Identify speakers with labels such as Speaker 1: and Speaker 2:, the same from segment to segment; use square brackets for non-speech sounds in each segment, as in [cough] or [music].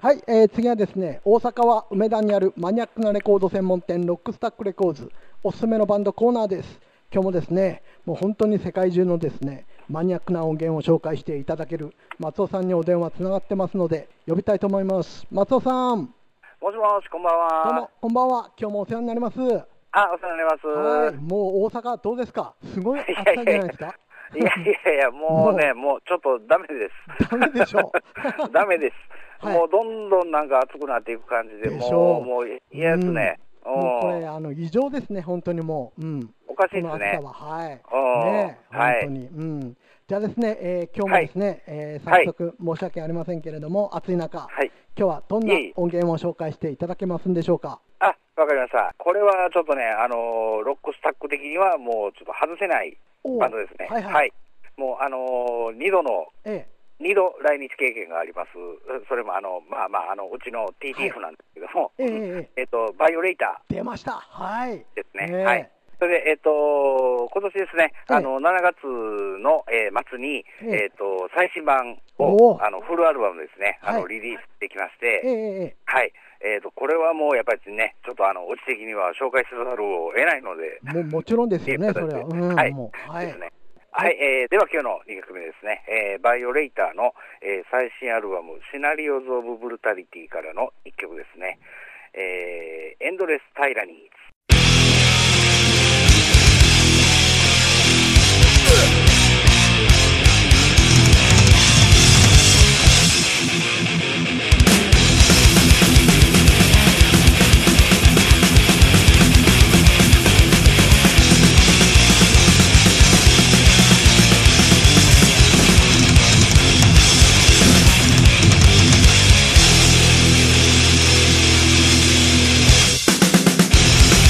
Speaker 1: はい、えー次はですね大阪は梅田にあるマニアックなレコード専門店ロックスタックレコーズおすすめのバンドコーナーです今日もですねもう本当に世界中のですねマニアックな音源を紹介していただける松尾さんにお電話つながってますので呼びたいと思います松尾さん
Speaker 2: もしもし、こんばん
Speaker 1: どう
Speaker 2: は
Speaker 1: も。こんばんは今日もお世話になりますは
Speaker 2: あ、お世話になります。
Speaker 1: いもう大阪どうですかすごい暑さじゃないですか
Speaker 2: いやいやいや、もうね、もうちょっとダメで
Speaker 1: [laughs]
Speaker 2: す。
Speaker 1: ダメでしょ [laughs]
Speaker 2: ダメです。
Speaker 1: はい
Speaker 2: もうどんどんなんか暑くなっていく感じで、
Speaker 1: でしょ
Speaker 2: もう、
Speaker 1: う
Speaker 2: もう嫌ですね。う
Speaker 1: もうこ
Speaker 2: ん
Speaker 1: れあの異常ですね本当にもううん
Speaker 2: おかしい
Speaker 1: こ
Speaker 2: で
Speaker 1: の
Speaker 2: す
Speaker 1: 暑さ
Speaker 2: ね。
Speaker 1: は、はい、ね
Speaker 2: うん
Speaker 1: え、
Speaker 2: は
Speaker 1: 本
Speaker 2: い
Speaker 1: 当に、うん、じゃあですね、えー今日も
Speaker 2: はい
Speaker 1: ですね、えー
Speaker 2: はい
Speaker 1: 早速申し訳ありませんけれども、暑い中、
Speaker 2: はい。
Speaker 1: 今日はどんない
Speaker 2: えいえ
Speaker 1: 音源を紹介していただけますんでしょうか。
Speaker 2: あ、わかりました。これはちょっとね、あのーロックスタック的にはもうちょっと外せない
Speaker 1: おう
Speaker 2: バンドですね。
Speaker 1: はいはい、
Speaker 2: もう、あのー二度の、
Speaker 1: え
Speaker 2: 二度来日経験があります。それも、あの、まあまあ、あの、うちの TTF なんですけども、
Speaker 1: えええええ
Speaker 2: えっと、バイオレイター。
Speaker 1: え出ました。はい。
Speaker 2: ですね。
Speaker 1: ねえ
Speaker 2: はい。それで、えっ、と、今年ですね、
Speaker 1: ええ
Speaker 2: あの、7月の、えー末に、
Speaker 1: ええ
Speaker 2: えっ、と、最新版
Speaker 1: お
Speaker 2: を、
Speaker 1: お
Speaker 2: あの、フルアルバムですね、あ
Speaker 1: は
Speaker 2: の、
Speaker 1: い
Speaker 2: リリースできまし
Speaker 1: ええ
Speaker 2: て、
Speaker 1: ええ
Speaker 2: はい。えっ、と、これはもう、やっぱりね、ちょっとあの、オチ的には紹介せざるを得ないので、
Speaker 1: ええももちろんですよね、
Speaker 2: [laughs] と
Speaker 1: そ
Speaker 2: いう
Speaker 1: れは。
Speaker 2: こ
Speaker 1: う
Speaker 2: とで
Speaker 1: ん、
Speaker 2: はい
Speaker 1: もう、はい
Speaker 2: です。ね。はい、えーでは今日の2曲目ですね、えーバイオレイターの、えー最新アルバム、シナリオズ・オブ・ブルタリティからの1曲ですね、えーエンドレス・タイラニーズ。
Speaker 3: 「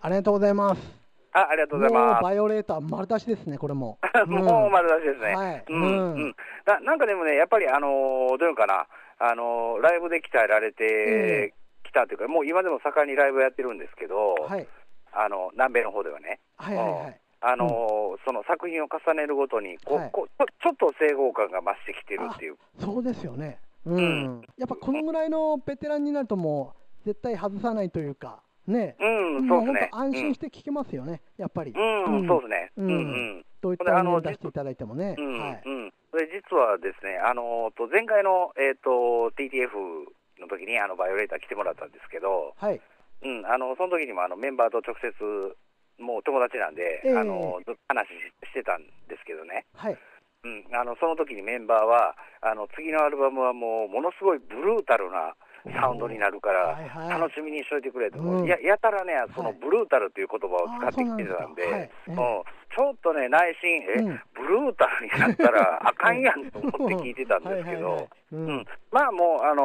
Speaker 1: ありがとうございます。
Speaker 2: あ、ありがとうござい
Speaker 1: も
Speaker 2: ま
Speaker 1: う
Speaker 2: す。。
Speaker 1: バイオレーター丸出しですね、これも
Speaker 2: [laughs] もう丸出しですね。
Speaker 1: はい
Speaker 2: うん、
Speaker 1: う
Speaker 2: うんん。ななんかでもね、やっぱりあのーどういうのかな、あのーライブで鍛えられてきたというか、もう今でも盛んにライブやってるんですけど、
Speaker 1: うんはい。
Speaker 2: あの、南米の方ではね。
Speaker 1: はいはいはい。
Speaker 2: あのーその作品を重ねるごとにこう、
Speaker 1: はい
Speaker 2: こうちょちょっと整合感が増してきてるっていう、
Speaker 1: そうですよね。う
Speaker 2: うん
Speaker 1: ん。やっぱこのぐらいのベテランになるともう絶対外さないというか、ね。
Speaker 2: うん、そ
Speaker 1: も
Speaker 2: うですね
Speaker 1: 本、当安心して聞けますよね、やっぱり。
Speaker 2: うん、うん、そうですね、
Speaker 1: う
Speaker 2: うんん、うん、
Speaker 1: どういったものを出していただいてもね。
Speaker 2: うん、
Speaker 1: はい。
Speaker 2: うん、それ実はですね、あのーと前回の、えー、と TTF の時にあのバイオレーター来てもらったんですけど、
Speaker 1: はい。
Speaker 2: うん、あのその時にもあのメンバーと直接、もう友達なんで、
Speaker 1: ええ
Speaker 2: あのずっと話ししてたんですけどね、
Speaker 1: はい。
Speaker 2: うん、あのその時にメンバーはあの、次のアルバムはもう、ものすごいブルータルなサウンドになるから
Speaker 1: はい、はい
Speaker 2: 楽しみにしといてくれと、
Speaker 1: うん
Speaker 2: いややたらね、その
Speaker 1: はい
Speaker 2: ブルータルという言葉を使ってきてたんで、
Speaker 1: あーそうなんですか
Speaker 2: うんちょっとね、内心、え、
Speaker 1: うん
Speaker 2: ブルータルになったらあかんやんと思って聞いてたんですけ
Speaker 1: はいはいは
Speaker 2: ど
Speaker 1: い。う
Speaker 2: うんん、まあもう、あの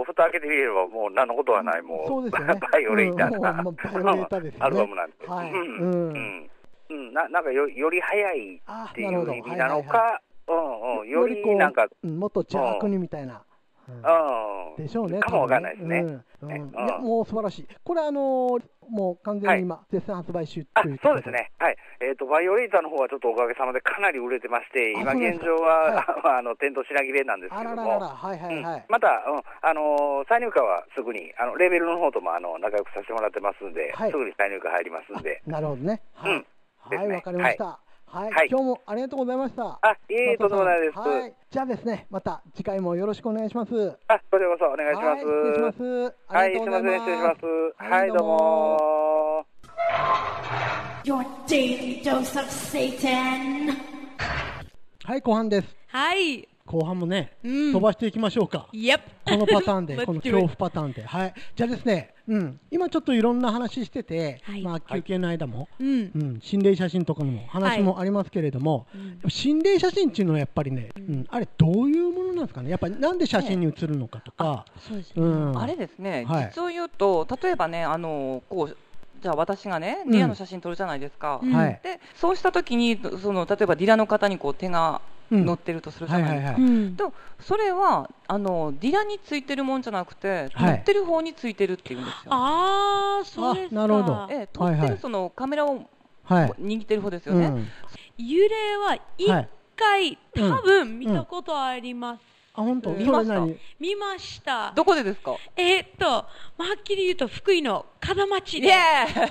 Speaker 2: ー、蓋開けてみれば、もう何のことはない、もう、
Speaker 1: そうですよね
Speaker 2: [laughs] バイオレーターな、
Speaker 1: うんもうバイオレーターですよね
Speaker 2: アルバムなんて、
Speaker 1: はい
Speaker 2: うん
Speaker 1: うん
Speaker 2: うんうんななんかよより早い
Speaker 1: あ
Speaker 2: って
Speaker 1: ー
Speaker 2: い
Speaker 1: なるほ
Speaker 2: う
Speaker 1: ど。
Speaker 2: 意味なの
Speaker 1: はいはいはい
Speaker 2: か、うんうん、よ
Speaker 1: よりこ
Speaker 2: り
Speaker 1: う
Speaker 2: なんか、
Speaker 1: うんもっと邪悪にみたいな。うん
Speaker 2: うん、
Speaker 1: でしょうね。
Speaker 2: かもわかんないですね。
Speaker 1: 多分ねうん
Speaker 2: ねうん
Speaker 1: いや、もう素晴らしい。これ、あのーもう完全に今、絶賛発売中
Speaker 2: あ
Speaker 1: という
Speaker 2: そうです。ね、はいえーと、バイオレーターの方はちょっとおかげさまでかなり売れてまして、
Speaker 1: あ
Speaker 2: 今
Speaker 1: そうです
Speaker 2: 現
Speaker 1: か
Speaker 2: 状は、 [laughs] あの店頭品切れなんですけ
Speaker 1: あら
Speaker 2: ど
Speaker 1: ら
Speaker 2: も
Speaker 1: らら、。はいは
Speaker 2: う
Speaker 1: い
Speaker 2: ん
Speaker 1: はい。
Speaker 2: また、うんあのー再入荷はすぐにあの、レーベルの方ともあの仲良くさせてもらってますんで、
Speaker 1: はい
Speaker 2: すぐに再入荷入りますんで、
Speaker 1: なるほどね。は
Speaker 2: う
Speaker 1: い
Speaker 2: ん。
Speaker 1: はい、わ、かりました。はい、
Speaker 2: はい
Speaker 1: 今日もありがとうございました。
Speaker 2: あ、いえいえ、とんでもないです。
Speaker 1: はい、じゃあですね、また次回もよろしくお願いします。お
Speaker 2: あ、こちらこそお願いします。
Speaker 1: はい、失礼します。あ
Speaker 2: は
Speaker 1: りがとうご
Speaker 2: い、すみま
Speaker 1: ざい
Speaker 2: せん、
Speaker 1: ます。
Speaker 2: 失礼します。はい、どうも。
Speaker 3: Your daily dose of Satan.
Speaker 1: はい、後半です。
Speaker 4: はい。
Speaker 1: 後半もね、
Speaker 4: うん
Speaker 1: 飛ばしていきましょうか。
Speaker 4: Yep.
Speaker 1: このパタ
Speaker 4: [laughs]
Speaker 1: ーンで、
Speaker 4: Let's
Speaker 1: この
Speaker 4: do it.
Speaker 1: 恐怖パターンで。はい。じゃあですね、うん、今ちょっといろんな話してて、
Speaker 4: はい
Speaker 1: まあ休憩の間も、
Speaker 4: うん。
Speaker 1: うん、心霊写真とかの話もありますけれども、心霊写真っていうのはやっぱりね、うんあれどういうものなんですかねやっぱりなんで写真に写るのかとか、
Speaker 4: そうです
Speaker 1: う
Speaker 4: ね。
Speaker 1: ん、
Speaker 5: あれですね、
Speaker 1: はい
Speaker 5: 実を言うと、例えばね、あのこうじゃあ私がね、
Speaker 1: うん
Speaker 5: ディラの写真撮るじゃないですか、
Speaker 4: うん
Speaker 1: はい
Speaker 5: でそうしたときにその、例えばディラの方にこう手が
Speaker 1: うん
Speaker 5: 乗ってるとするじゃないですか。
Speaker 1: はい
Speaker 4: うん。
Speaker 5: でもそれはあのディラについてるもんじゃなくて、
Speaker 1: はい
Speaker 5: 乗ってる方についてるっていうんですよ。
Speaker 4: ああ、そうですか。
Speaker 1: あなるほど
Speaker 5: ええ、撮
Speaker 1: は
Speaker 5: っ
Speaker 1: いは
Speaker 5: て
Speaker 1: い
Speaker 5: るそのカメラを
Speaker 1: はい、
Speaker 5: 握ってる方ですよ
Speaker 1: う
Speaker 5: ね。
Speaker 1: ん、
Speaker 4: 幽霊は
Speaker 1: は
Speaker 4: 一
Speaker 1: い
Speaker 4: 回、
Speaker 1: うん
Speaker 4: 多分見たことあります。
Speaker 1: あ本当
Speaker 5: 見
Speaker 1: そ
Speaker 5: ま
Speaker 1: れ
Speaker 5: した
Speaker 1: 何
Speaker 4: 見ました。
Speaker 5: どこでですか？
Speaker 4: えーっと、まあはっきり言うと福井の金町
Speaker 5: イ
Speaker 4: で。
Speaker 5: エーイ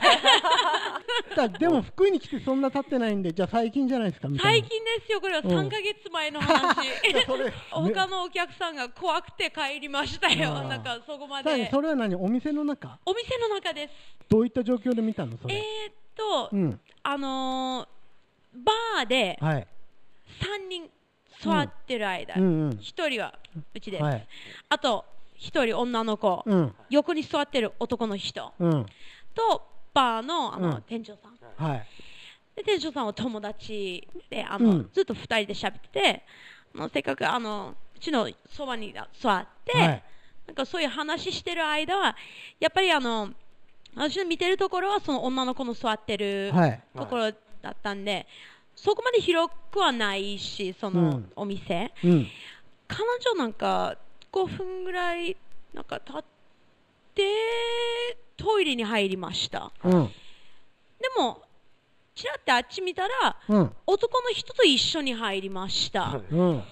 Speaker 1: だでも福井に来てそんな経ってないんでじゃあ最近じゃないですかみたい
Speaker 4: 最
Speaker 1: な
Speaker 4: 近ですよ、これは3ヶ月前
Speaker 1: [laughs]
Speaker 4: の話。
Speaker 1: それ
Speaker 4: 他のお客さんが怖くて帰りましたよ。
Speaker 1: あー
Speaker 4: なんかそこま
Speaker 1: さらに
Speaker 4: で。
Speaker 1: それは何お店の中
Speaker 4: お店の中です。
Speaker 1: どういった状況で見たのそ
Speaker 4: え
Speaker 1: れ、
Speaker 4: ーっと、
Speaker 1: うん
Speaker 4: あのーバーで
Speaker 1: はい
Speaker 4: 3人座ってる間、
Speaker 1: うんうん
Speaker 4: 1人はうちです、
Speaker 1: はい
Speaker 4: あと1人女の子、
Speaker 1: うん
Speaker 4: 横に座ってる男の人
Speaker 1: うん
Speaker 4: とバーのあの、
Speaker 1: うん
Speaker 4: 店長さん
Speaker 1: はい
Speaker 4: で店長さんは友達であの、
Speaker 1: うん
Speaker 4: ずっと2人で喋っててあのせっかくあのうちのそばに座って、
Speaker 1: はい
Speaker 4: なんかそういう話してる間はやっぱりあの私の見てるところはその女の子の座ってる
Speaker 1: はい
Speaker 4: ところだったんで、そこまで広くはないしそうの
Speaker 1: ん
Speaker 4: お店、
Speaker 1: うん
Speaker 4: 彼女なんか5分ぐらいなんか経ってトイレに入りました
Speaker 1: うん
Speaker 4: でもちらってあっち見たら
Speaker 1: うん
Speaker 4: 男の人と一緒に入りました
Speaker 1: うん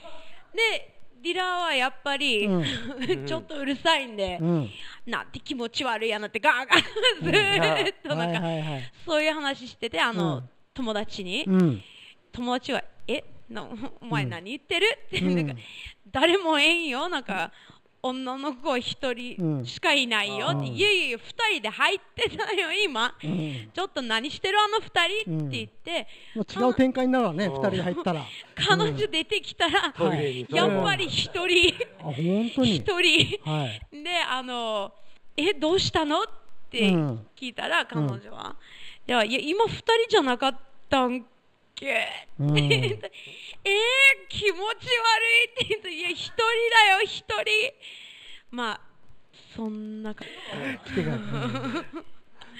Speaker 4: でディラーはやっぱり、
Speaker 1: う
Speaker 4: [laughs] ちょっとうるさいんで、
Speaker 1: うん
Speaker 4: なんて気持ち悪いやなってガーガーずーっとなんか、
Speaker 1: はいはい
Speaker 4: [laughs]
Speaker 1: はい
Speaker 4: そういう話しててあの、
Speaker 1: うん
Speaker 4: 友達に、
Speaker 1: うん
Speaker 4: 友達は「えなお前何言ってる?」って、
Speaker 1: うん
Speaker 4: なんか誰もえんよなんか女の子一
Speaker 1: う
Speaker 4: 人
Speaker 1: ん
Speaker 4: しかいないよって、
Speaker 1: うん
Speaker 4: いやいやいや二人で入ってたよ今、
Speaker 1: うん
Speaker 4: ちょっと何してるあの二
Speaker 1: うん
Speaker 4: 人って言って、
Speaker 1: もう違う展開になるわね、二人で入ったら。 [laughs] あ、
Speaker 4: 彼女出てきたら、
Speaker 1: トイレに
Speaker 4: やっぱり一人
Speaker 1: 本当
Speaker 4: 一
Speaker 1: に。
Speaker 4: 人
Speaker 1: はい。
Speaker 4: であのえどうしたのって
Speaker 1: うん
Speaker 4: 聞いたら、彼女は、いやいや今二人じゃなかったんけ
Speaker 1: うん
Speaker 4: えー、気持ち悪いって言うと、いや、一人だよ、一人。まあ、そんなか、
Speaker 1: 来てから。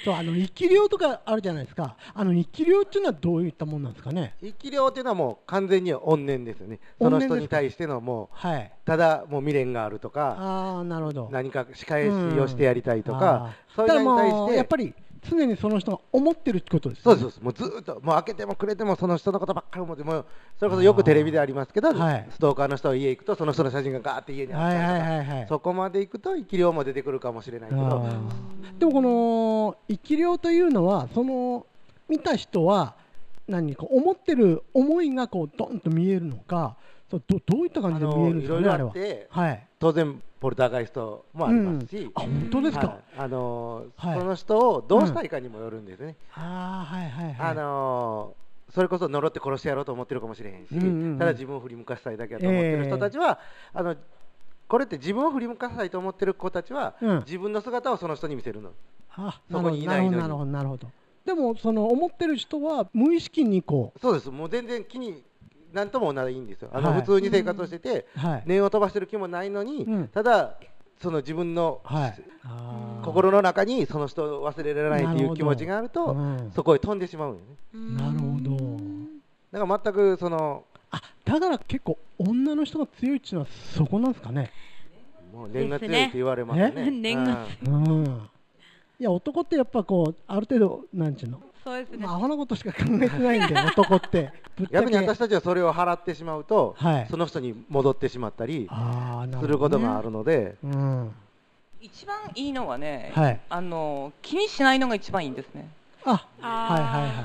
Speaker 1: そうあの一気量とかあるじゃないですか。あの一気量っていうのはどういったもんなんですかね。
Speaker 6: 一気量っていうのはもう完全に怨念ですよねその
Speaker 1: 怨念
Speaker 6: 人
Speaker 1: です
Speaker 6: に
Speaker 1: か
Speaker 6: 対してのも
Speaker 1: はい。
Speaker 6: うただもう未練があるとか
Speaker 1: ああなるほど。
Speaker 6: 何か仕返しをしてやりたいとか、
Speaker 1: うん
Speaker 6: そ
Speaker 1: た
Speaker 6: う
Speaker 1: だ
Speaker 6: いうのに対し
Speaker 1: もう
Speaker 6: て
Speaker 1: やっぱり常にその人が思ってるってことです、ね。
Speaker 6: そうですそうですもうずーっともう開けてもくれてもその人のことばっかり思ってもうそれこそよくテレビでありますけど、
Speaker 1: はい
Speaker 6: ストーカーの人が家行くとその人の写真がガーって家にあっ
Speaker 1: は
Speaker 6: たり
Speaker 1: い
Speaker 6: とか、
Speaker 1: はいはいはい。
Speaker 6: そこまで行くと生き量も出てくるかもしれないけ
Speaker 1: あ
Speaker 6: ど
Speaker 1: ーでもこの生き量というのはその見た人は何か思ってる思いがこうドンと見えるのかそうどどういった感じで見えるんですかね
Speaker 6: あの
Speaker 1: あ
Speaker 6: い
Speaker 1: れ
Speaker 6: ろいろあ
Speaker 1: は
Speaker 6: って
Speaker 1: はい
Speaker 6: 当然ポルターガイストもありますし、
Speaker 1: あ本当です
Speaker 6: は
Speaker 1: か
Speaker 6: いあのー
Speaker 1: はい
Speaker 6: その人をどうしたいかにもよるんですね、
Speaker 1: ああはいはいはい
Speaker 6: あのーそれこそ呪って殺してやろうと思ってるかもしれへんし、
Speaker 1: うんうんうん
Speaker 6: ただ自分を振り向かせたいだけだと思ってる人たちは、あのこれって自分を振り向かせたいと思ってる子たちは、
Speaker 1: うん
Speaker 6: 自分の姿をその人に見せるの
Speaker 1: あ
Speaker 6: そこにいないのに
Speaker 1: なるほどなるほどなるほどでもその思ってる人は無意識にこ
Speaker 6: そうですもう全然気になんともないんですよあの、
Speaker 1: はい
Speaker 6: 普通に生活をしてて、
Speaker 1: うはい、
Speaker 6: 念を飛ばしてる気もないのに、
Speaker 1: うん
Speaker 6: ただその自分の、
Speaker 1: はい、あー
Speaker 6: 心の中にその人を忘れられないという気持ちがあると、
Speaker 1: うん
Speaker 6: そこへ飛んでしまうんよね
Speaker 1: なるほど
Speaker 6: だから全くその
Speaker 1: あだから結構女の人が強いっていうのはそこなんですかね
Speaker 6: もう念が強いって言われます
Speaker 1: で
Speaker 6: ね
Speaker 1: す
Speaker 4: ねね念が
Speaker 1: うんいや男ってやっぱこうある程度なんちゅうの
Speaker 4: そうですね
Speaker 1: まあ、アホなことしか考えてないんで
Speaker 5: [laughs]
Speaker 1: 男ってぶっちゃ
Speaker 6: 逆
Speaker 1: け
Speaker 6: に私たちはそれを払ってしまうと、
Speaker 1: はい
Speaker 6: その人に戻ってしまったり
Speaker 1: あーな
Speaker 6: す
Speaker 1: る
Speaker 6: る
Speaker 1: ほ
Speaker 6: こ
Speaker 1: ど
Speaker 6: と
Speaker 1: ね
Speaker 6: があるので、
Speaker 1: うん
Speaker 5: 一番いいのはね、
Speaker 1: はい
Speaker 5: あの気にしないのが一番いいんですね。
Speaker 1: あ
Speaker 4: あー
Speaker 1: はいはいは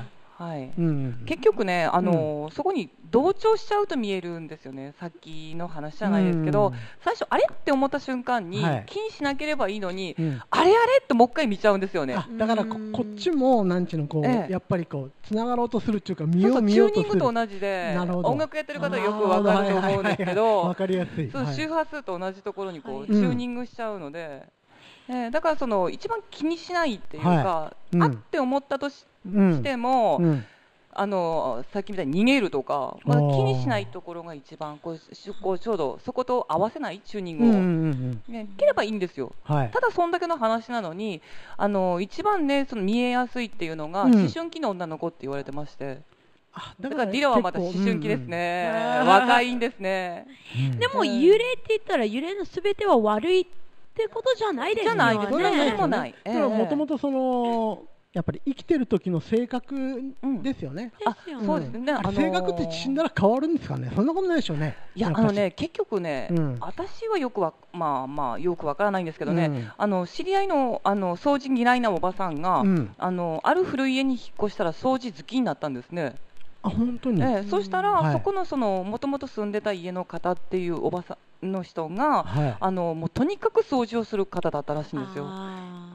Speaker 1: い
Speaker 5: はい。
Speaker 1: うん
Speaker 5: 結局ね、あのそこに同調しちゃうと見えるんですよね、さっきの話じゃないですけど、
Speaker 1: うん
Speaker 5: 最初、あれって思った瞬間に、
Speaker 1: はい
Speaker 5: 気にしなければいいのに、
Speaker 1: うん
Speaker 5: あれあれってもう一回見ちゃうんですよね、
Speaker 1: あだからこ
Speaker 4: うん
Speaker 1: こっちもなんちゅうのこう、
Speaker 5: ええ
Speaker 1: やっぱりこうつながろうとするっていうか見
Speaker 5: そ
Speaker 1: よ
Speaker 5: うそうう
Speaker 1: 見
Speaker 5: チ
Speaker 1: よ
Speaker 5: ュ
Speaker 1: う
Speaker 5: ー
Speaker 1: と
Speaker 5: ニン
Speaker 1: す
Speaker 5: グ
Speaker 1: る
Speaker 5: と同じで、
Speaker 1: なるほど
Speaker 5: 音楽やってる方、よくわかると思うんですけ
Speaker 1: あーわ
Speaker 5: ど、
Speaker 1: かりやすい
Speaker 5: そう周波数と同じところにこ
Speaker 4: はいう
Speaker 5: チューニングしちゃうので、えーだからその一番気にしないっていうか、
Speaker 1: はうん
Speaker 5: あって思ったとし
Speaker 1: うん
Speaker 5: しても、
Speaker 1: うん
Speaker 5: あのさっきみたいに逃げるとか、まあ、
Speaker 1: おー
Speaker 5: 気にしないところが一番こうしこうちょうどそこと合わせないチューニン
Speaker 1: うんうんう
Speaker 5: グを、
Speaker 1: ん
Speaker 5: ね、ければいいんですよ。
Speaker 1: はい
Speaker 5: ただそんだけの話なのに、あの一番ねその見えやすいっていうのが、
Speaker 1: うん
Speaker 5: 思春期の女の子って言われてまして、
Speaker 1: あ
Speaker 5: だからディラはまた思春期です、ね、若いんですね。
Speaker 1: 結構うんうんうん
Speaker 4: でも揺れって言ったら揺れのすべては悪いってことじゃないです
Speaker 5: じ
Speaker 4: よ
Speaker 5: ゃ
Speaker 4: ね
Speaker 5: ないです
Speaker 1: それは
Speaker 5: ね、
Speaker 1: ない
Speaker 5: でもない。
Speaker 1: だからもとも
Speaker 5: と
Speaker 1: とそのやっぱり生きてる時の性格ですよね、
Speaker 4: ですよね
Speaker 5: そうですね、
Speaker 1: あれ
Speaker 5: あのー
Speaker 1: 性格って死んだら変わるんですかねそんなことないでしょうね
Speaker 5: い
Speaker 1: な
Speaker 5: や
Speaker 1: ん
Speaker 5: あ
Speaker 1: か
Speaker 5: のね結局ね、
Speaker 1: うん
Speaker 5: 私はよくわまあまあよくわからないんですけどね、
Speaker 1: うん
Speaker 5: あの知り合いのあの掃除嫌いなおばさんが、
Speaker 1: うん
Speaker 5: あのある古い家に引っ越したら掃除好きになったんですね。
Speaker 1: あ本当に、
Speaker 5: ええそしたら、
Speaker 1: はい
Speaker 5: そこのそのもともと住んでた家の方っていうおばさんの人が、
Speaker 1: はい
Speaker 5: あのもうとにかく掃除をする方だったらしいんですよ。
Speaker 4: あ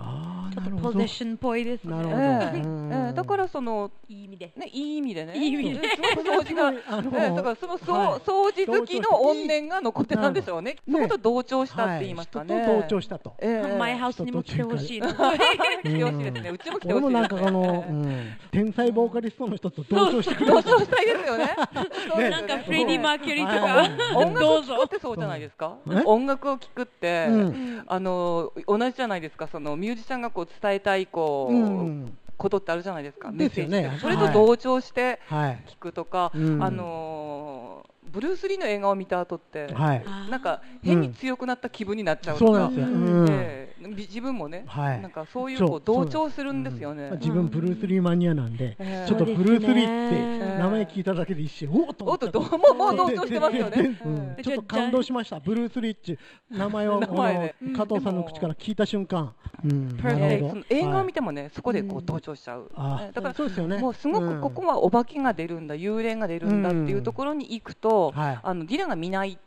Speaker 1: あ
Speaker 4: ー
Speaker 1: ーな
Speaker 4: ちょ
Speaker 1: る
Speaker 4: っと
Speaker 1: ほ
Speaker 4: ポ
Speaker 1: ど
Speaker 4: ゼッションっぽいですね
Speaker 1: なる
Speaker 5: え
Speaker 1: ほど
Speaker 5: え
Speaker 1: うん
Speaker 5: ええだからその
Speaker 4: いい意味で
Speaker 5: ねいい意味でね。
Speaker 4: いい意味で
Speaker 5: うんすごく掃
Speaker 1: [laughs]
Speaker 5: 除が
Speaker 1: あの
Speaker 5: ええだからその、そう
Speaker 1: はい
Speaker 5: 掃除好きの怨念が残ってたんでしょうね、
Speaker 1: 同調
Speaker 5: そこと同調したって言いますかね。
Speaker 1: はい人と同調したと
Speaker 5: ええ
Speaker 4: マイハウスにも来てほしいです
Speaker 5: 来てほしいですね、うちも
Speaker 1: 俺
Speaker 5: 来てほしいですね
Speaker 1: もなんかこ
Speaker 5: [laughs]
Speaker 1: の、うん、天才ボーカリストの人と同調してくれ
Speaker 5: 同
Speaker 1: る
Speaker 5: 調したいです
Speaker 1: [laughs]
Speaker 5: よね、
Speaker 4: なんかフレディ・マーキュリーと
Speaker 1: はい
Speaker 4: か
Speaker 5: 音楽
Speaker 4: ど
Speaker 5: を
Speaker 4: う
Speaker 5: 聴く
Speaker 4: ぞ
Speaker 5: ってそうじゃないですか
Speaker 1: え、
Speaker 5: 音楽を聴くって、
Speaker 1: うん
Speaker 5: あの同じじゃないですか、そのミュージシャンがこう伝えたいこう、
Speaker 1: うん
Speaker 5: ことってあるじゃないですか、
Speaker 1: ですよね
Speaker 5: メッセージってそれと同調して
Speaker 1: はい
Speaker 5: 聴くとか、
Speaker 1: うん
Speaker 5: あのブルース・リーの映画を見た後って、
Speaker 1: はい
Speaker 5: なんか変に強くなった気分になっちゃうと
Speaker 1: そう
Speaker 5: か
Speaker 1: なんですよ、う
Speaker 4: うん
Speaker 5: ええび自分もね、
Speaker 1: はい
Speaker 5: なんかそういう
Speaker 1: そう
Speaker 5: こう同調するんですよね
Speaker 1: まあ。自分ブルース・リーマニアなんで、
Speaker 5: ええ
Speaker 1: ちょっとブルース・リーっ
Speaker 4: そうです
Speaker 1: て
Speaker 5: ね
Speaker 1: 名前聞いただけで一瞬おっと
Speaker 5: お
Speaker 1: 思
Speaker 5: っ
Speaker 1: った
Speaker 5: とどう
Speaker 1: [laughs]
Speaker 5: ももう同調してますよね。
Speaker 1: うん
Speaker 4: え
Speaker 1: ちょっと感動しました、ブルース・リーっていう名
Speaker 5: [laughs]
Speaker 1: 前を
Speaker 5: 名前ね
Speaker 1: あの加藤さんの口から聞いた瞬間、うん、
Speaker 5: え
Speaker 1: なる
Speaker 5: え
Speaker 1: ほ
Speaker 5: そ
Speaker 1: ど
Speaker 5: の映画を
Speaker 1: はい
Speaker 5: 見てもね、そこでこ
Speaker 4: う
Speaker 5: うん同調しちゃう。
Speaker 1: あ
Speaker 5: ええだから
Speaker 1: そうですよね
Speaker 5: もうすごくここはお化けが出るんだ、幽霊が出るんだっていうところに行く
Speaker 1: う
Speaker 5: と
Speaker 1: ん、はい
Speaker 5: あのディラが見ないっ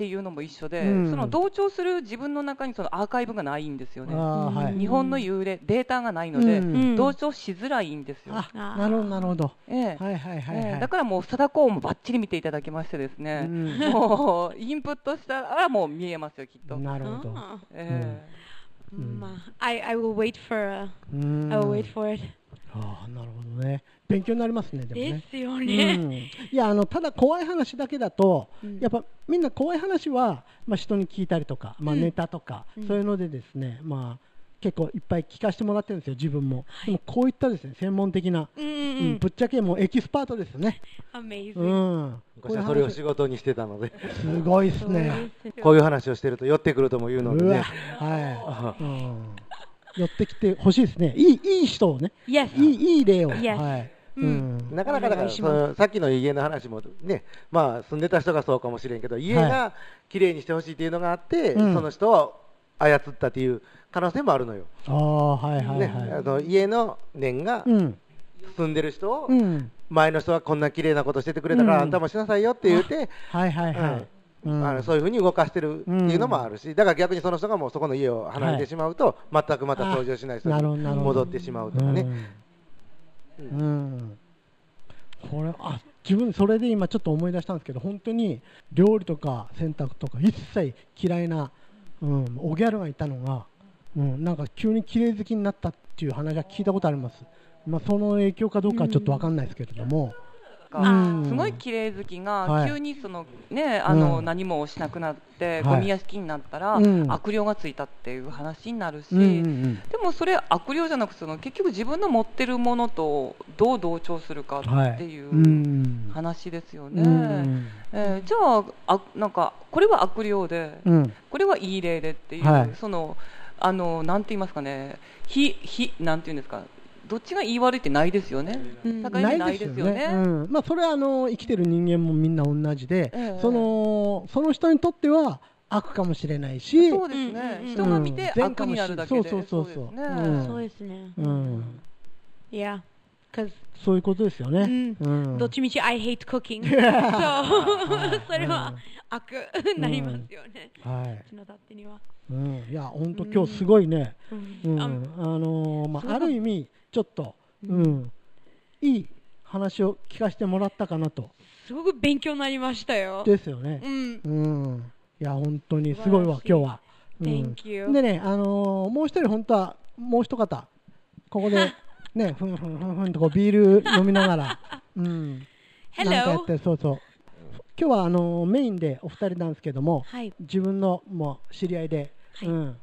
Speaker 5: ていうのも一緒で、
Speaker 1: うん
Speaker 5: その同調する自分の中にそのアーカイブがないんですよ
Speaker 1: あ
Speaker 5: ね。
Speaker 1: ーはい
Speaker 5: 日本の幽霊データがないので、
Speaker 1: うん
Speaker 4: うん
Speaker 5: 同調しづらいんですよ。
Speaker 1: あなるほどなるほど
Speaker 5: ええ
Speaker 1: はいはいはい
Speaker 5: え
Speaker 1: は
Speaker 5: え
Speaker 1: い
Speaker 5: だからもう貞子もばっちり見ていただきましてです
Speaker 1: う
Speaker 5: ね、
Speaker 1: ん
Speaker 5: もうインプットしたらもう見えますよきっと。
Speaker 1: なるほど
Speaker 4: あ
Speaker 5: え
Speaker 4: ーまあ I I will wait for a-
Speaker 1: うん
Speaker 4: I will wait for it
Speaker 1: あーなるほどね勉強になりますねでも
Speaker 4: で
Speaker 1: ね
Speaker 4: すよ
Speaker 1: う
Speaker 4: ね
Speaker 1: んいやあのただ怖い話だけだと、
Speaker 4: うん
Speaker 1: やっぱみんな怖い話は、まあ、人に聞いたりとか、まあ、
Speaker 4: うん
Speaker 1: ネタとか、
Speaker 4: うん
Speaker 1: そういうのでですね、まあ、結構いっぱい聞かせてもらってるんですよ、自分も。
Speaker 4: はい
Speaker 1: でもこういったですね専門的な、
Speaker 4: うんう
Speaker 1: うん
Speaker 4: うん
Speaker 1: ぶっちゃけもうエキスパートですね。
Speaker 4: アメイズ
Speaker 1: う
Speaker 4: ング。
Speaker 1: ん、
Speaker 6: 昔はそれを仕
Speaker 1: す
Speaker 6: 事にしてた
Speaker 1: [laughs]
Speaker 6: ので、
Speaker 1: ごいです
Speaker 4: そうです
Speaker 1: ね。
Speaker 4: ね
Speaker 6: こういう話をしてると寄ってくるとも言うので
Speaker 1: うわ、
Speaker 6: ね、
Speaker 1: は
Speaker 6: あ
Speaker 1: い、うん、寄ってきてほしいですね。いいいい人をね、
Speaker 4: Yes
Speaker 1: いいいい例を、は
Speaker 4: Yes
Speaker 1: い、
Speaker 4: うん
Speaker 1: うん、
Speaker 6: なかなかだか
Speaker 4: お願
Speaker 6: ら
Speaker 4: いし
Speaker 6: そ
Speaker 4: ます
Speaker 6: のさっきの家の話もね、まあ、住んでた人がそうかもしれんけど家が綺麗にしてほしいっていうのがあって、
Speaker 1: うん
Speaker 6: その人を操ったっていう可能性もあるのよ、
Speaker 1: ああはいはい
Speaker 6: ね
Speaker 1: は
Speaker 6: あの家の年が
Speaker 1: い、うん
Speaker 6: 住んでる人を、
Speaker 1: うん
Speaker 6: 前の人はこんな綺麗なことしててくれたから、
Speaker 1: うん
Speaker 6: あんたもしなさいよって言って、
Speaker 1: はいはいはい、うん
Speaker 6: あのそういうふうに動かしてるっていうのもあるし、だから逆にその人がもうそこの家を離れ
Speaker 1: はい
Speaker 6: てしまうと、全くまた登場しない人
Speaker 1: な
Speaker 6: に
Speaker 1: るほどなるほど
Speaker 6: 戻ってしまうとかね。
Speaker 1: うんうんこれあ自分それで今ちょっと思い出したんですけど本当に料理とか洗濯とか一切嫌いな、うん、おギャルがいたのが、うん、なんか急に綺麗好きになったっていう話は聞いたことあります、まあ、その影響かどうかはちょっと分かんないですけれども、うん
Speaker 5: すごい綺麗好き
Speaker 1: は
Speaker 5: が
Speaker 1: い
Speaker 5: 急にその、ねあの
Speaker 1: うん
Speaker 5: 何もしなくなって、
Speaker 1: はい
Speaker 5: ゴミ屋敷になったら、
Speaker 1: うん
Speaker 5: 悪霊がついたっていう話になるし、
Speaker 1: うんうんうん
Speaker 5: でもそれ悪霊じゃなくてその結局自分の持ってるものとどう同調するか
Speaker 1: はい
Speaker 5: っていううん話ですよ
Speaker 1: う
Speaker 5: ね、
Speaker 1: ん
Speaker 5: えーじゃああなんかこれは悪霊で、
Speaker 1: うん
Speaker 5: これはいい例でっていう、
Speaker 1: はい
Speaker 5: そのあのなんて言いますかね非非なんて言うんですかどっちが言い悪いってないですよね、
Speaker 4: うん
Speaker 5: 高い意味ないですよね
Speaker 1: うんまあ、それはあの生きてる人間もみんな同じで、
Speaker 5: ええ
Speaker 1: そのその人にとっては悪かもしれないし
Speaker 5: そうですね、
Speaker 4: うん
Speaker 5: 人が見て
Speaker 1: うん
Speaker 5: 悪になるだけで、
Speaker 1: そうそうそうそう
Speaker 5: ですね、
Speaker 1: うん
Speaker 4: そうですね。
Speaker 1: うん、
Speaker 4: Yeah, because
Speaker 1: そういうことですよね。
Speaker 4: う
Speaker 1: うん
Speaker 4: どっちみち I hate [laughs] cooking. [laughs] そう、それは悪になりますよね。
Speaker 1: はい
Speaker 4: 私の勝手には。
Speaker 1: うん、いや本当今日すごいね、
Speaker 4: うん
Speaker 1: うん
Speaker 4: あ
Speaker 1: あのーま
Speaker 4: そ
Speaker 1: あ、
Speaker 4: の
Speaker 1: ある意味ちょっと、うん、いい話を聞かせてもらったかなと
Speaker 4: すごく勉強になりましたよ。
Speaker 1: ですよね
Speaker 4: う。ん。
Speaker 1: うん、いや本当にすごいわ今
Speaker 4: 素晴らしい
Speaker 1: 日は。うん
Speaker 4: Thank you.
Speaker 1: でね、あのーもう一人本当はもう一方ここ
Speaker 4: [laughs]
Speaker 1: でねふんふんふんふんとこうビール飲みながら、うん、なんかやっ
Speaker 4: Hello!
Speaker 1: てそうそう。今日はあのーメインでお二人なんですけども、
Speaker 4: はい。
Speaker 1: 自分のもう知り合いで、
Speaker 4: はい
Speaker 1: うん、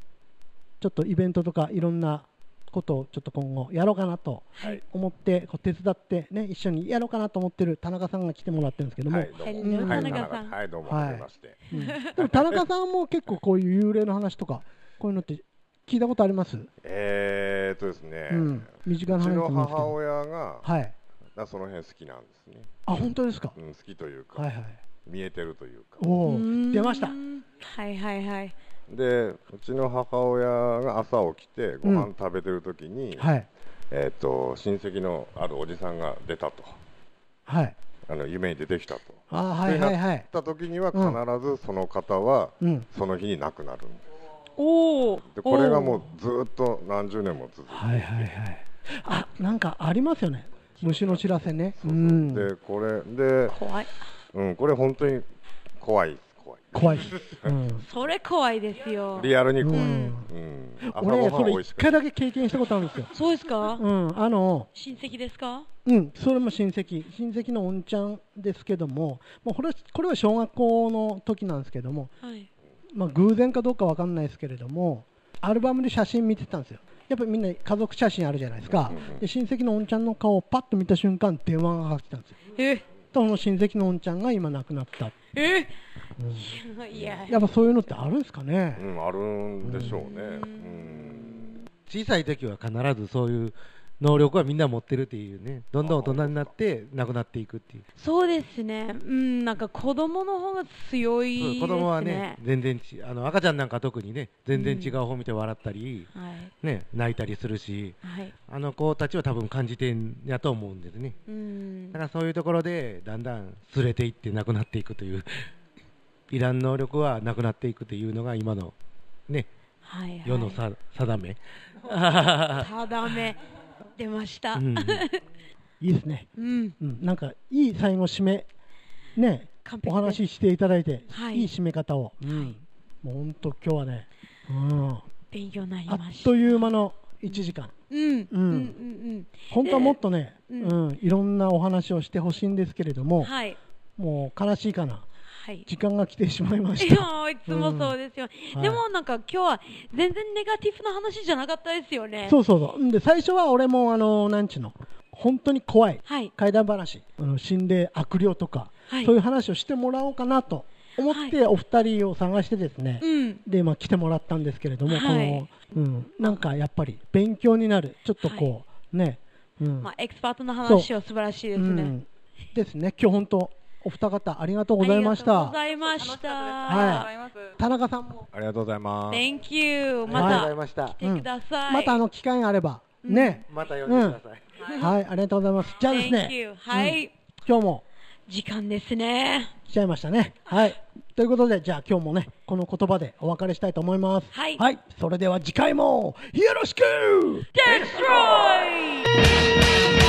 Speaker 1: ちょっとイベントとかいろんなことをちょっと今後やろうかなと
Speaker 2: はい
Speaker 1: 思って、こう手伝って、ね、一緒にやろうかなと思ってる田中さんが来てもらってるんですけども、
Speaker 7: はい、どうも。
Speaker 4: Hello
Speaker 7: はい、
Speaker 4: 田中さん
Speaker 7: はい、どうも。
Speaker 1: はい
Speaker 7: はじめまして。
Speaker 1: うんでも田中さんも結構こういう幽霊の話とかこういうのって聞いたことあります、
Speaker 7: えーっとですね。
Speaker 1: う、
Speaker 7: うん
Speaker 1: 身近な話
Speaker 7: ち
Speaker 1: だと
Speaker 7: の
Speaker 1: 思うんですけ
Speaker 7: 母
Speaker 1: ど
Speaker 7: 親が、
Speaker 1: はい
Speaker 7: なその辺好きなんですね。
Speaker 1: あ本当ですか、
Speaker 7: うん、好きというか、
Speaker 1: はいはい
Speaker 7: 見えてるというか。
Speaker 1: おお
Speaker 4: うん
Speaker 1: 出ました
Speaker 4: はいはいはい。
Speaker 7: で、うちの母親が朝起きて、ご
Speaker 1: うん
Speaker 7: 飯食べてる時に、
Speaker 1: はい
Speaker 7: えーっと、親戚のあるおじさんが出たと。
Speaker 1: はい
Speaker 7: あの、夢に出てきたと。
Speaker 1: あはいはいはい
Speaker 7: 出た時には、必ずその方は、
Speaker 1: うん
Speaker 7: その日に亡くなるんで
Speaker 4: おお。
Speaker 7: す。で、これが
Speaker 4: おー
Speaker 7: もうずーっと何十年も続いて
Speaker 1: はいはいはいあなんかありますよね虫の知らせねうん
Speaker 7: で、これで、
Speaker 4: 怖い。
Speaker 7: うん、これ本当に怖いです怖い。
Speaker 1: 怖いです、うん
Speaker 4: それ怖いですよ。
Speaker 7: リアルに
Speaker 1: う
Speaker 7: 怖い。
Speaker 1: ん、
Speaker 7: うん。朝ご
Speaker 1: 俺
Speaker 7: は
Speaker 1: そ
Speaker 7: ん
Speaker 1: れ
Speaker 7: 美味
Speaker 1: 一
Speaker 7: しか
Speaker 1: 回
Speaker 7: った。
Speaker 1: だけ経験したことあるんですよ
Speaker 4: そうですか
Speaker 1: うんあの
Speaker 4: 親戚ですか
Speaker 1: うん、それも親戚、親戚のおんちゃんですけども、まあ、これはこれは小学校の時なんですけども、
Speaker 4: はい。
Speaker 1: まあ、偶然かどうかわかんないですけれども、アルバムで写真見てたんですよ、やっぱりみんな家族写真あるじゃないですか、で親戚のおんちゃんの顔をパッと見た瞬間、電話がかかってきたんですよ、
Speaker 4: え、
Speaker 1: とその親戚のおんちゃんが今亡くなった、
Speaker 4: え、いや、いや
Speaker 1: やっぱそういうのってあるんですかね
Speaker 7: う、ん、あるんでしょうね。うん。
Speaker 6: 小さい時は必ずそういう能力はみんな持ってるっていうねどんどん大人になってなくなっていくっていう
Speaker 4: そうですね。うん、なんか子供の方が強いですね。
Speaker 6: 子供はね全然ちあの赤ちゃんなんか特にね全然違う方見て笑ったり、
Speaker 4: はい。
Speaker 6: ね、泣いたりするし
Speaker 4: はい。
Speaker 6: あの子たちは多分感じてんやと思うんですね
Speaker 4: うん
Speaker 6: だ。からそういうところでだんだん連れていってなくなっていくという [laughs] いらん能力はなくなっていくというのが今の、ね、
Speaker 4: はい、はい。
Speaker 6: 世のさ定め、
Speaker 4: 定め。出ました。
Speaker 6: う
Speaker 4: うんん。 [laughs]
Speaker 1: いいですね、うん、なんかいい最後、締め、ねお
Speaker 4: 完、璧です
Speaker 1: 話ししていただいて、
Speaker 4: はい
Speaker 1: い、い締め方を、うん、もう本当、今日はね、うん。
Speaker 4: 勉強になり
Speaker 1: あ
Speaker 4: まし。
Speaker 1: ったという間の1時間、
Speaker 4: うん。
Speaker 1: う
Speaker 4: うんん。うん。
Speaker 1: 本当はもっとね、
Speaker 4: うん
Speaker 1: うんいろんなお話をしてほしいんですけれど
Speaker 4: うん。
Speaker 1: も、
Speaker 4: はい。
Speaker 1: もう悲しいかな、
Speaker 4: はい。
Speaker 1: 時間が来てしまいま
Speaker 4: い
Speaker 1: し
Speaker 4: や
Speaker 1: た。
Speaker 4: ーいつもそうですよ、
Speaker 6: うん
Speaker 4: でもなんか今日は全然ネガティブな話じゃなかったですよね。
Speaker 1: そうそうそう。んで、最初は俺も、あの、なんちゅうの、本当に怖い。
Speaker 4: はい。
Speaker 1: 怪談話、あの心霊、悪霊とか、
Speaker 4: はい
Speaker 1: そういう話をしてもらおうかなと思って、お二人を探してですね、
Speaker 4: うん。
Speaker 1: で、まあ、来てもらったんですけれども、
Speaker 4: はい
Speaker 1: この、うん、なんかやっぱり勉強になる、ちょっとこう、ね、うん、
Speaker 4: まあ、エキスパートの話は素晴らしいです
Speaker 1: う
Speaker 4: ね。
Speaker 1: んですね、今日本当、お二方、ありがとう
Speaker 4: あ
Speaker 1: ご
Speaker 4: り
Speaker 1: ざ
Speaker 4: が
Speaker 1: いました。
Speaker 4: とうございました。
Speaker 1: は
Speaker 5: ありがとうございます
Speaker 1: 田中さんも、
Speaker 7: ありがとうございます。
Speaker 4: Thank you。
Speaker 6: ありがとうござい
Speaker 4: ま
Speaker 6: ました
Speaker 4: た。来てください。
Speaker 1: またあの機会があれば、ね、
Speaker 6: また呼んでください。
Speaker 1: はい、ありがとうございます。じゃあです
Speaker 4: Thank
Speaker 1: ね
Speaker 4: you。、はい、
Speaker 1: 今日も
Speaker 4: 時間ですね。
Speaker 1: 来ちゃいましたね。はい。ということで、じゃあ今日もね、この言葉でお別れしたいと思います。
Speaker 4: はい
Speaker 1: はい。それでは次回も、よろしく
Speaker 4: Destroy!